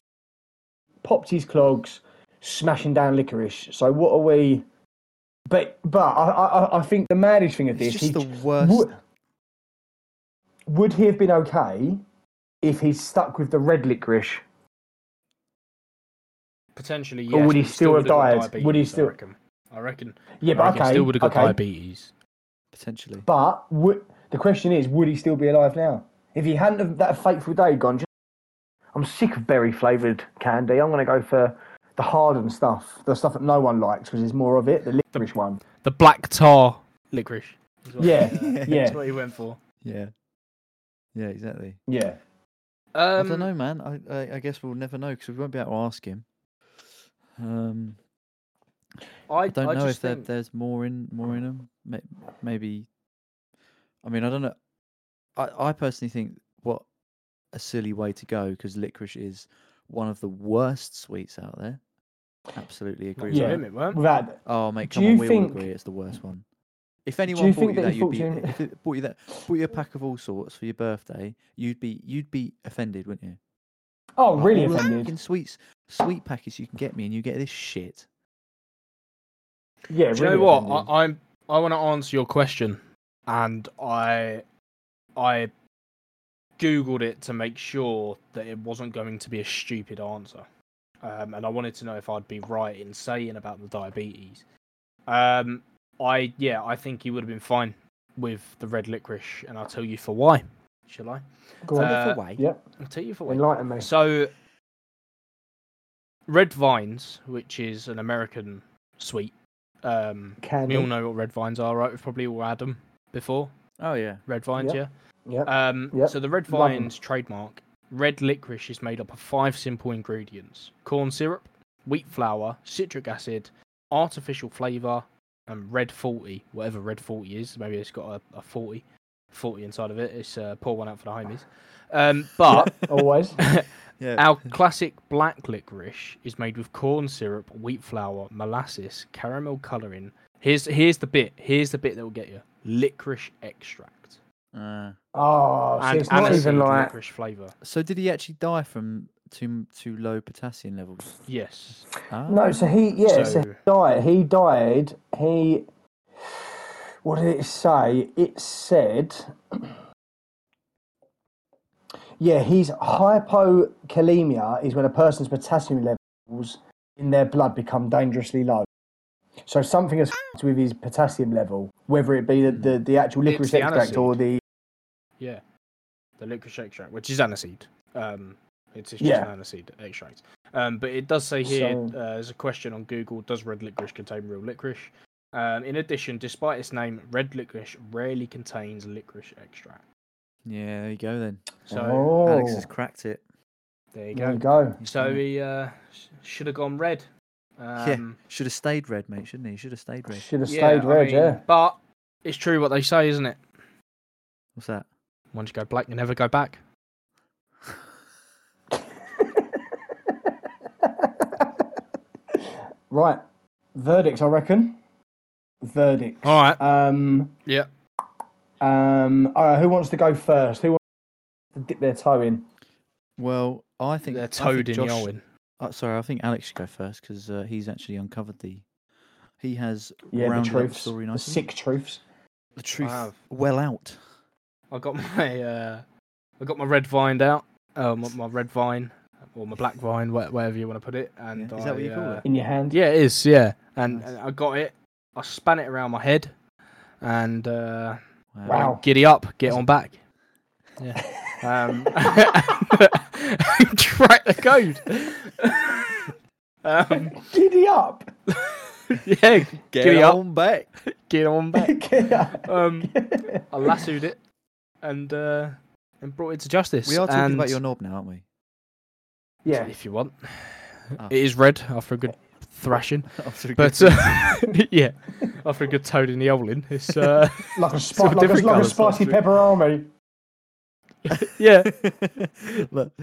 popped his clogs, smashing down licorice. So what are we? But but I I, I- I think the maddest thing of It's this just is the worst. would, would he have been okay if he's stuck with the red licorice? Potentially, yes. Or Oh, would he but still have would've got died? Would he diabetes, still- I reckon. I reckon, Yeah, I but reckon okay, still would have got okay. diabetes. Potentially. But would, the question is, would he still be alive now? If he hadn't have that fateful day gone, "Do you know, I'm sick of berry flavoured candy. I'm going to go for the hardened stuff, the stuff that no one likes because there's more of it, the licorice one. The black tar licorice. is what- Yeah, That's yeah, what he went for. Yeah. Yeah. Exactly. yeah. Um, I don't know, man. I, I, I guess we'll never know because we won't be able to ask him. Um, I, I don't know if just there, think- there's more in more in them. Maybe. I mean, I don't know. I, I personally think what a silly way to go because licorice is one of the worst sweets out there. Absolutely agree. Not with to Yeah. that. him, it weren't. Without Oh mate, Do come on, you we think- all agree it's the worst one. If anyone bought think you that that, he you'd thought be Jamie- if it bought you that bought you a pack of all sorts for your birthday, you'd be you'd be offended, wouldn't you? oh, Like, really all the offended. fucking sweets, sweet packets you can get me, and you get this shit. Yeah, Do really you know what? offended. I, I'm. I want to answer your question, and I, I, googled it to make sure that it wasn't going to be a stupid answer, um, and I wanted to know if I'd be right in saying about the diabetes. Um, I yeah, I think he would have been fine with the red licorice, and I'll tell you for why. Shall I? Go on. Uh, away. yeah. I'll tell you for why. Enlighten me. So, red vines, which is an American sweet. Um, we Candy. all know what red vines are, right? We've probably all had them before. Oh yeah. Red vines, Yep. Yep. yeah. Um, Yep. So the red Love 'em. vines trademark. Red licorice is made up of five simple ingredients: corn syrup, wheat flour, citric acid, artificial flavour, and red forty. Whatever red forty is, maybe it's got a, a forty, forty inside of it. It's uh, pour one out for the homies. Um, but Always. Yeah. our classic black licorice is made with corn syrup, wheat flour, molasses, caramel colouring. Here's here's the bit. Here's the bit that will get you licorice extract Uh, Oh, see, and it's not aniseed even like. licorice flavour. so did he actually die from too too low potassium levels? Yes. Ah. No, so he yeah, so, So- he died. He died. He. What did it say? It said. Yeah, he's hypokalemia is when a person's potassium levels in their blood become dangerously low. So something has f***ed with his potassium level, whether it be the, the, the actual It's licorice the extract or the Yeah. The licorice extract, which is aniseed. Um, it's, it's just Yeah. an aniseed extract. Um, but it does say here, So- uh, there's a question on Google: Does red licorice contain real licorice? Um, in addition, despite its name, red licorice rarely contains licorice extract. Yeah, there you go then. So oh, Alex has cracked it. there you there go. you go. He's So done it. he uh, sh- should have gone red. Um, should have stayed red, mate, shouldn't he? Should have stayed red. Should have yeah, stayed I red, mean, yeah. But it's true what they say, isn't it? What's that? Once you go black, you never go back. right. Verdicts, I reckon. Verdicts. All right. Um, Yeah. um, all right, who wants to go first? Who wants to dip their toe in? Well, I think They're I think toad in Josh- Yolwyn. uh, sorry, I think Alex should go first because uh, he's actually uncovered the. He has Yeah, rounded the up truths. story The nicely. sick truths. The truth have. well out. I got my uh, I got my red vine out. Uh, my, my red vine or my black vine, wha- whatever you want to put it. And Yeah, is that what you I, call uh, it? In your hand. Yeah, it is. Yeah, and, Nice. and I got it. I span it around my head, and uh, Wow. giddy up, get on back. Yeah. Um, crack the code. um, Giddy up. yeah, Get Giddy up. on back. get on back. Get up. Um, I lassoed it and uh, and brought it to justice. We are talking and about your knob now, aren't we? yeah. if you want. Ah. It is red after a good thrashing, After a good but uh, yeah, after a good toad in the olin, it's uh, Like a, spi- like a, different like a colours, spicy pepperoni. yeah, look,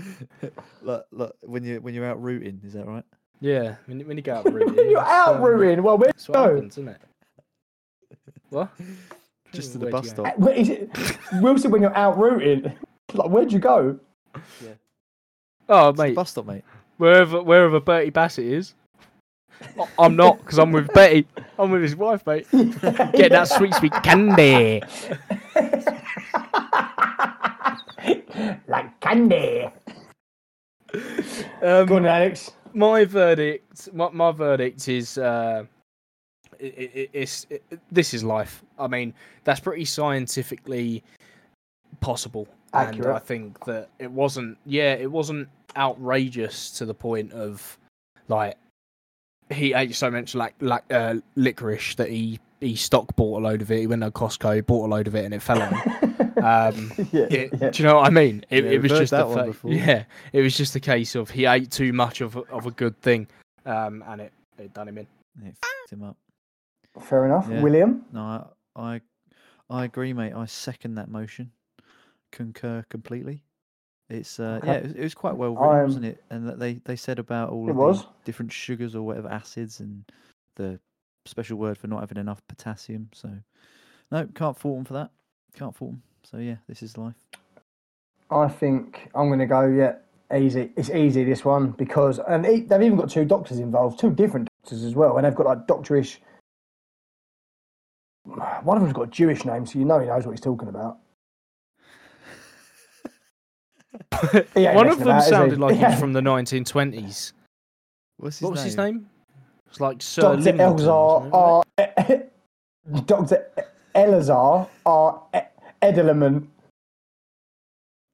look, look, when you when you're out rooting, is that right? yeah. When, you- when you go out rooting, You're that's, out um, ruining. Well, where That's you what go? happens, isn't it? What? Just to Where'd the you bus go? stop. Uh, where is it? Wilson, when you're out rooting, like where'd you go? Oh It's the mate, bus stop, mate. wherever wherever Bertie Bassett is, I- I'm not because I'm with Betty. I'm with his wife, mate. Get that sweet sweet candy. like candy. Um, Go on, Alex. my verdict my, my verdict is uh i i it's i this is life i mean that's pretty scientifically possible and i Accurate. think that it wasn't yeah it wasn't outrageous to the point of like he ate so much like like uh, licorice that he he stock bought a load of it he went to costco bought a load of it and it fell on him um yeah, it- yeah. Do you know what I mean? It, Yeah, it we've was heard just that a one fa- before. yeah, it was just a case of he ate too much of a- of a good thing, um, and it it done him in. and it f***ed him up. Fair enough. Yeah. William? No, I, I, I agree, mate. I second that motion. Concur completely. It's uh, Okay. yeah, it was, it was quite well written, I'm- wasn't it? And that they they said about all It of was. the different sugars or whatever acids and the special word for not having enough potassium. So no, can't fault them for that. Can't fault them. So yeah, this is life. I think I'm going to go, yeah, easy. It's easy, this one, because and e- they've even got two doctors involved, two different doctors as well, and they've got like doctorish. One of them's got a Jewish name, so you know he knows what he's talking about. He ain't One of messing them about, is he? sounded like he Yeah. was from the 1920s. What's his What was name? his name? It's like Sir Dr. Limington or Elzar something, wasn't R. Dr. e-, Elazar R. E- Edelman.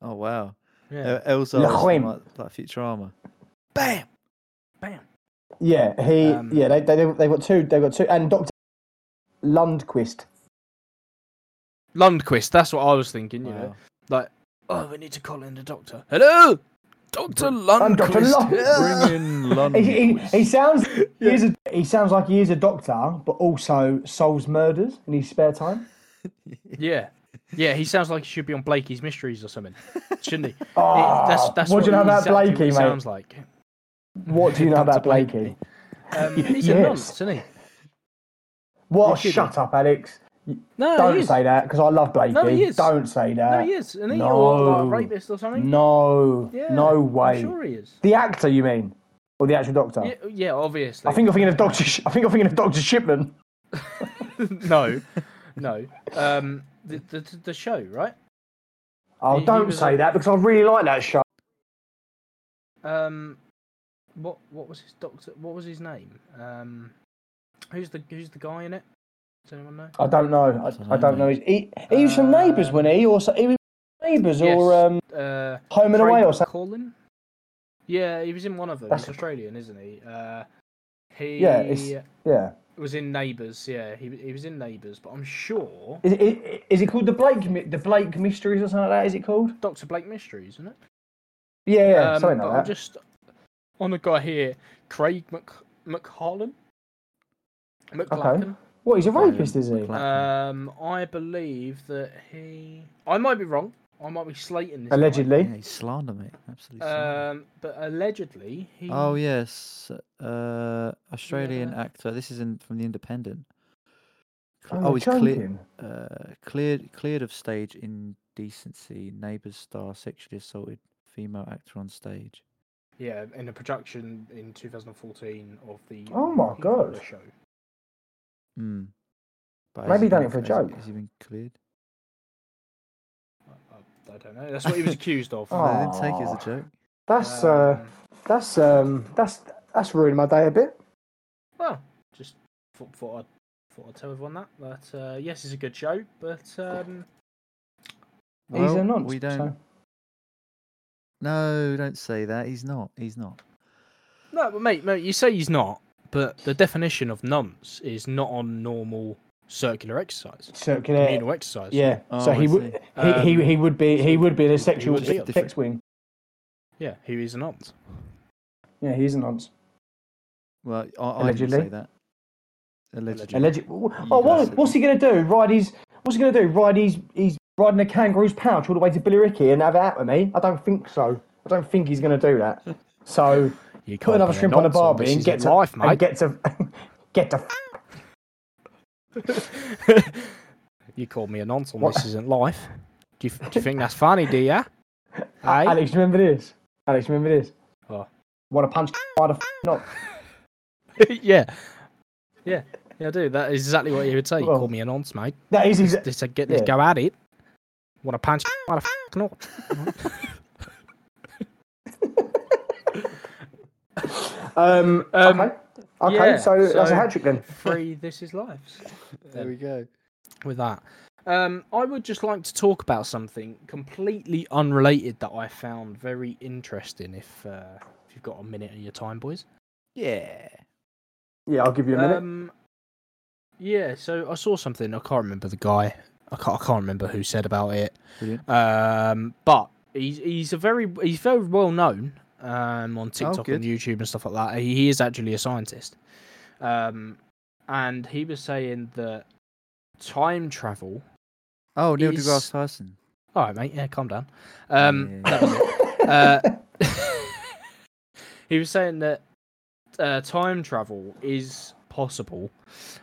Oh wow, it? Yeah. yeah. Elzar is from, Lahoim. like, like Futurama. Bam! Bam! Yeah, he. Um, yeah, they they they've got two. They've got two, and Doctor Lundquist. Lundquist, that's what I was thinking, you know. Wow. Like, oh, we need to call in the doctor. Hello, Doctor I'm Dr. Lundquist. Lund- Yeah. Bring in He, he, Lundquist. he sounds. He, is a, he sounds like he is a doctor, but also solves murders in his spare time. yeah, yeah. He sounds like he should be on Blakey's Mysteries or something, shouldn't he? It- Ah, that's that's what do you know about exactly what Blakey, he mate? Sounds like. What do you know Dr. about Blakey? Um, Y- he's a yes. nonce, isn't he? What? You Shut up, Alex. No, Don't he is. say that, because I love Blakey. No, he is. Don't say No, that. he is. Isn't he? Or No. like, a rapist or something? No, Yeah, no I'm way. sure he is. The actor, you mean, or the actual doctor? Yeah, yeah obviously. I think you're thinking of Doctor. Sh- I think you're thinking of Doctor Shipman. no, no. Um, the, the the show, right? Oh, He- he don't was say a- that because I really like that show. Um, what what was his doctor? What was his name? Um, who's the who's the guy in it? Does anyone know? I don't know. I, I don't know. He, he, he was from Neighbours, wasn't he? Or so- he was from Neighbours or Yes. um, Uh, Home and Away or something. Colin. Yeah, he was in one of them. That's He's a- Australian, isn't he? Uh, he Yeah, it's- Yeah. was in Neighbours. Yeah, he he was in Neighbours, but I'm sure Is it, is- is it called the Blake My- the Blake Mysteries or something like that? Is it called? Doctor Blake Mysteries, isn't it? Yeah, yeah, um, something but like I'm that. just on the guy here, Craig Mc McHarlan. McLaughlin. What? He's a Brian rapist, is he? McLaren. Um, I believe that he. I might be wrong. I might be slating this. guy. Allegedly. Yeah, he's slander, mate. Absolutely. slander. Um, but allegedly he. Oh yes, uh, Australian actor. This is in from the Independent. Cle- you're oh, he's clear, joking. uh, cleared cleared of stage indecency. Neighbours star sexually assaulted female actor on stage. Yeah, in a production in 2014 of the. Oh my Rocky God. Horror Show. Hmm. But has Maybe he done been it for a cl- has joke. Has he been cleared? I, I, I don't know. That's what he was accused of. Oh, No, they didn't take it as a joke. That's uh, Um, that's um, that's that's ruined my day a bit. Well, just thought, thought I'd thought I'd tell everyone that. But uh, yes, it's a good show. But um, he's Well, a nonce. We don't. so- No, don't say that. He's not. He's not. no, but mate, mate, you say he's not, but the definition of nonce is not on normal circular exercise, circular. communal exercise. Yeah. Oh, so I he would see. he, he he would be he would be in a He sexual would be a sex wing. Yeah, who is a nonce? Yeah, he's a nonce. Well, I, I didn't say Allegedly. that. Allegedly. Alleged. Oh, guys what, said what's he going to do? Ride his? What's he going to do? Ride his? He's riding a kangaroo's pouch all the way to Billy Ricky and have it out with me? I don't think so. I don't think he's going to do that. So You put another shrimp on a barbie and get to life, And mate. get to get to. you called me a nonce on What? this isn't life. Do you, do you think that's funny, do ya? Hey? Alex, remember this? Alex, remember this? What? Want to punch? Why the f- not? yeah. Yeah. Yeah, I do. That is exactly what you would say. You Well- call me a nonce, mate. That is his. Just to get this Yeah. go at it. Want to punch? Why the f- not? Um. Um, okay. Okay. yeah, so, that's so- a hat trick then. Free. This is life. There we go. with that. Um, I would just like to talk about something completely unrelated that I found very interesting. If uh, if you've got a minute of your time, boys. Yeah. Yeah, I'll give you a minute. Um, yeah. So I saw something. I can't remember the guy. I can't, I can't remember who said about it. Brilliant. Um, but he's he's a very he's very well known um, on TikTok good. Oh, and YouTube and stuff like that. He, he is actually a scientist. Um, and he was saying that time travel. Oh, Neil Is- deGrasse Tyson. All right, mate. Yeah, calm down. Um, Yeah. that was it. Uh, he was saying that uh, time travel is possible,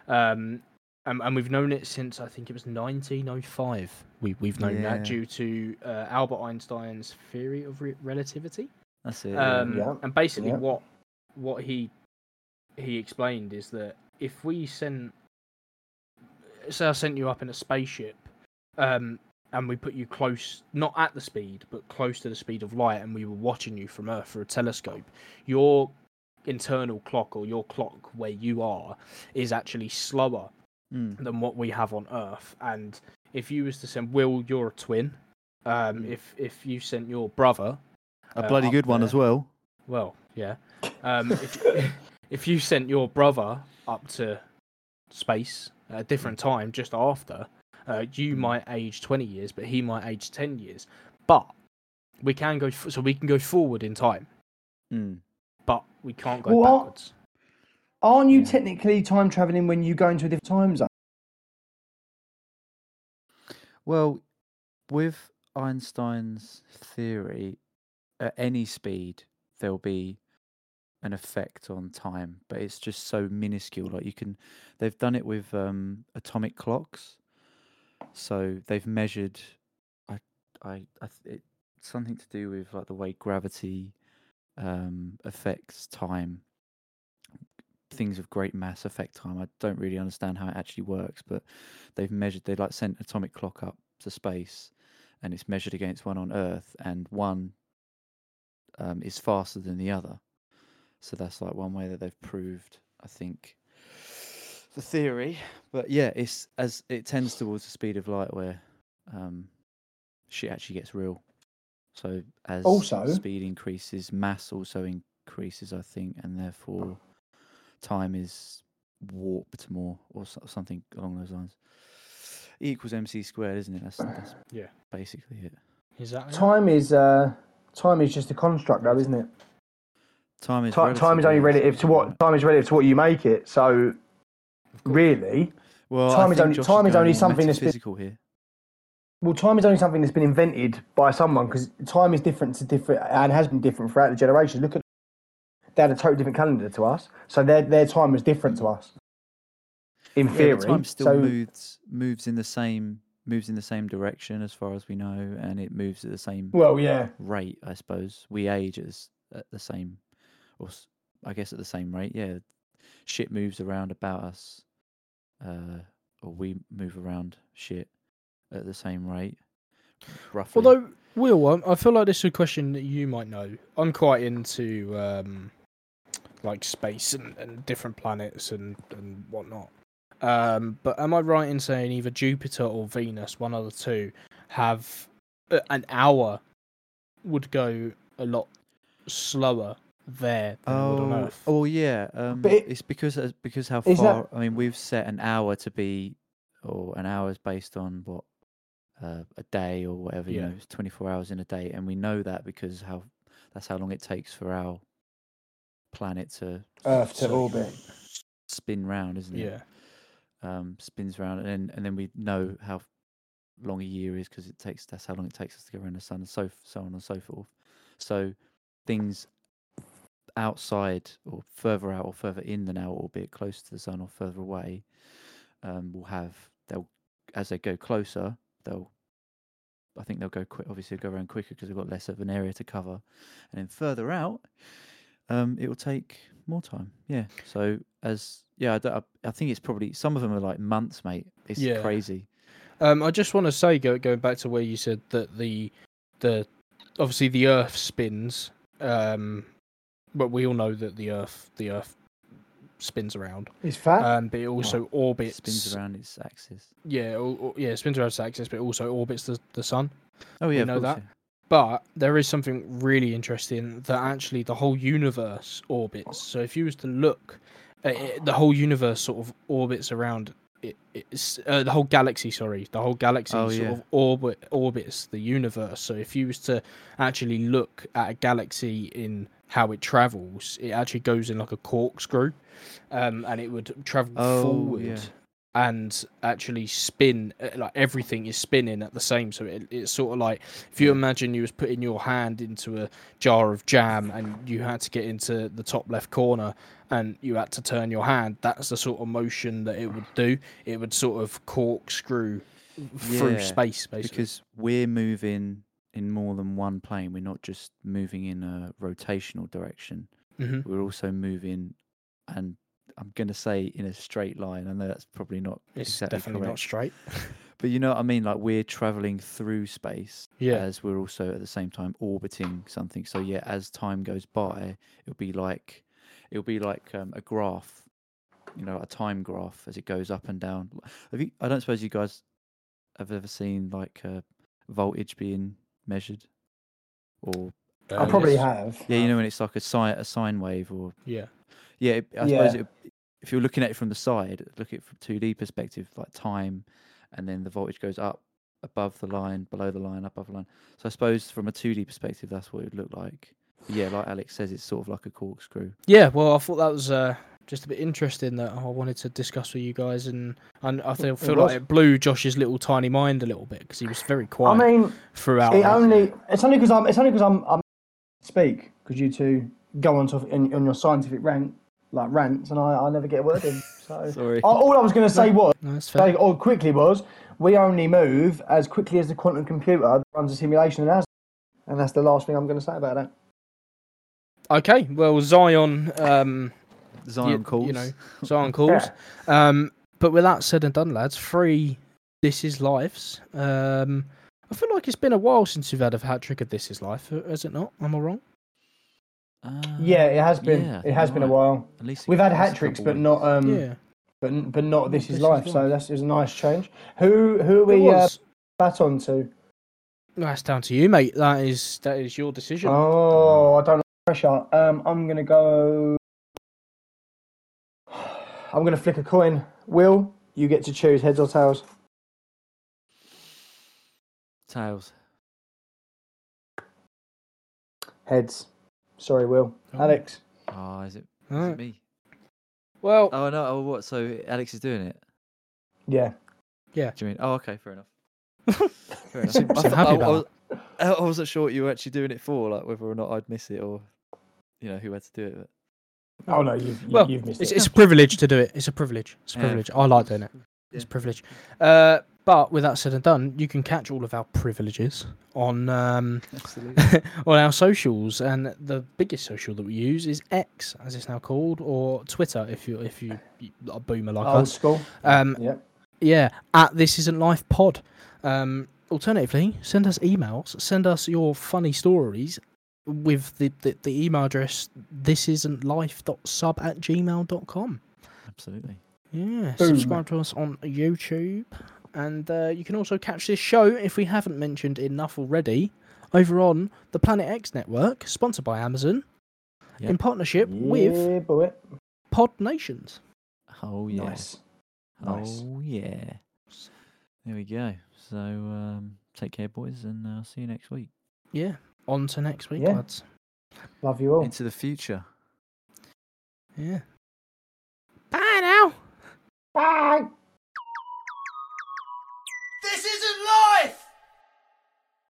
um, and, and we've known it since I think it was 1905. We we've known Yeah. that due to uh, Albert Einstein's theory of re- relativity. That's it. yeah. Um, Yeah, And basically, yeah. what what he he explained is that if we send, say, I sent you up in a spaceship, um, and we put you close, not at the speed, but close to the speed of light, and we were watching you from Earth through a telescope, your internal clock or your clock where you are is actually slower Mm. than what we have on Earth. And if you was to send Will, you're a twin. Hmm. Um, if if you sent your brother A uh, bloody up good one there. as well. well, yeah. Um, if, if you sent your brother up to space at a different time just after, uh, Mm. you might age 20 years, but he might age 10 years. But we can go, f- so we can go forward in time, Hmm. Mm. but we can't go What? backwards. Aren't you Yeah. technically time traveling when you go into a different time zone? Well, with Einstein's theory, at any speed there'll be an effect on time, but it's just so minuscule. Like you can, they've done it with um, atomic clocks, so they've measured. I, I, I th- it, something to do with like the way gravity um, affects time. Things of great mass affect time. I don't really understand how it actually works, but they've measured they like sent atomic clock up to space and it's measured against one on earth and one um, is faster than the other so that's like one way that they've proved i think the theory but yeah it's as it tends towards the speed of light where um, shit actually gets real so as Also- speed increases mass also increases i think and therefore time is warped more or so- something along those lines. E equals mc squared, isn't it? That's, that's Yeah. basically it. Is that it? Time is uh, time is just a construct, though, isn't it? Time is Ti- time is relative, only yeah, relative that's to what right. time is relative to what you make it. So really, Well, time is only- time is only something that's been- physical here. well, time is only something that's been invented by someone because time is different to different and has been different throughout the generations. Look at they had a totally different calendar to us, so their their time was different to us. In Yeah, theory, but time still so moves moves in the same moves in the same direction as far as we know, and it moves at the same well, yeah, rate, I suppose. We age at, s- at the same, or s- I guess at the same rate. Yeah, shit moves around about us, uh, or we move around shit at the same rate. Roughly. Although, Will, um, I- I feel like this is a question that you might know. I'm quite into um, like space and, and different planets and, and whatnot. Um, but am I right in saying either Jupiter or Venus, one of the two, have uh, an hour would go a lot slower there than it would on oh, Earth? oh yeah. Um, But it- it's because uh, because how Is far. that- I mean, we've set an hour to be, or an hour is based on what. Uh, a day or whatever you Yeah. know, it's 24 hours in a day, and we know that because how that's how long it takes for our planet to Earth to circle- orbit. spin round, isn't it? yeah. Um, spins round, and then and then we know how f- long a year is because it takes. That's how long it takes us to go around the sun, and so f- so on and so forth. So things outside or further out or further in than our orbit, close to the sun or further away, um, will have they'll as they go closer, they'll I think they'll go quick. Obviously, they'll go around quicker because we've got less of an area to cover, and then further out, um, it will take more time. Yeah. So as yeah, I, don't- I- I think it's probably some of them are like months, mate. It's Yeah. crazy. Um, I just want to say, go, going back to where you said that the the obviously the Earth spins, um, but we all know that the Earth the Earth spins around, It's fat. um, but it also It orbits. Ah. spins around its axis. Yeah, or, or- yeah, it spins around its axis, but it also orbits the, the sun. Oh yeah, of know course, that. yeah. But there is something really interesting that actually the whole universe orbits. So if you was to look, at it, the whole universe sort of orbits around it, it's uh, the whole galaxy. Sorry, the whole galaxy Oh, sort yeah. of orbit orbits the universe. So if you was to actually look at a galaxy in how it travels, it actually goes in like a corkscrew, um, and it would travel Oh, forward. yeah. And actually spin uh, like everything is spinning at the same. So it, it's sort of like if you imagine you was putting your hand into a jar of jam and you had to get into the top left corner and you had to turn your hand, that's the sort of motion that it would do. It would sort of corkscrew Yeah, through space, basically. because we're moving in more than one plane. We're not just moving in a rotational direction. hmm We're also moving, and I'm going to say in a straight line. I know that's probably not It's exactly definitely correct, not straight. but you know what I mean. Like we're traveling through space Yeah. as we're also at the same time orbiting something. So yeah, as time goes by, it'll be like it'll be like um, a graph, you know, a time graph as it goes up and down. L- Have you, I don't suppose you guys have ever seen like uh, voltage being measured, or I Uh, probably yes. have. yeah, you know, when it's like a sine a sine wave or Yeah. yeah, it, I Yeah. suppose it, if you're looking at it from the side, look at it from 2D perspective, like time, and then the voltage goes up above the line, below the line, above the line. So I suppose from a 2D perspective, that's what it would look like. But yeah, like Alex says, it's sort of like a corkscrew. Yeah, well, I thought that was uh, just a bit interesting that I wanted to discuss with you guys, and, and I feel, feel was. like it blew Josh's little tiny mind a little bit because he was very I quiet mean, throughout. it that. only it's only because I'm it's only because I'm, I'm speak because you two go on to on, on your scientific rant like rants and I, I never get a word in. So Sorry. all all I was going to say was No, that's fair. very or quickly was we only move as quickly as the quantum computer that runs a simulation and has, and that's the last thing I'm going to say about that. Okay, well, Zion. Um, Zion you calls. know, Zion calls. Um, but with that said and done, lads, three This Is Lives. Um, I feel like it's been a while since you've had a hat trick of This Is Life, uh, is it not? Am I wrong? Uh, Yeah, it has been yeah, it has you're been a right. while. At least We've had at least a hat tricks, couple but not weeks. um, yeah. but but not this This is Is life. Life. So that's is a nice change. Who who are It we uh, was. baton to? No, That's down to you, mate. That is that is your decision. Oh, I don't know pressure. Um, I'm gonna go. I'm gonna flick a coin. Will you get to choose heads or tails? Tails. Heads. Sorry, Will. Oh. Alex. Ah, is it, is Alright. it me? Well, Oh, no. Oh, what? So Alex is doing it? Yeah. Do you mean? Oh, okay. Fair enough. Fair enough. So- I, so thought- happy I- I about was, I I wasn't sure what you were actually doing it for, like whether or not I'd miss it or, you know, who had to do it. But Oh no, you've you, Well, you've missed it's, it. it's a privilege to do it. It's a privilege. It's a Yeah, of privilege. I like doing it. It's a privilege. Uh, but with that said and done, you can catch all of our privileges on um, absolutely. on our socials, and the biggest social that we use is X, as it's now called, or Twitter, if you if you you are a boomer like Old us. school. Um, Oh, Yeah. yeah, at This Isn't Life Pod. Um, alternatively, send us emails. Send us your funny stories with the, the, the email address thisisn'tlife.sub at gmail.com. absolutely. Yeah, Boom. subscribe to us on YouTube. And uh, you can also catch this show, if we haven't mentioned enough already, over on the Planet X Network, sponsored by Amazon, Yep. in partnership with yeah, boy. Pod Nations. Oh yeah. Nice. Nice. Oh yeah. There we go. So um, take care, boys, and uh, see you next week. Yeah, on to next week, Yeah. lads. Love you all. Into the future. Yeah. Bye now. Bye.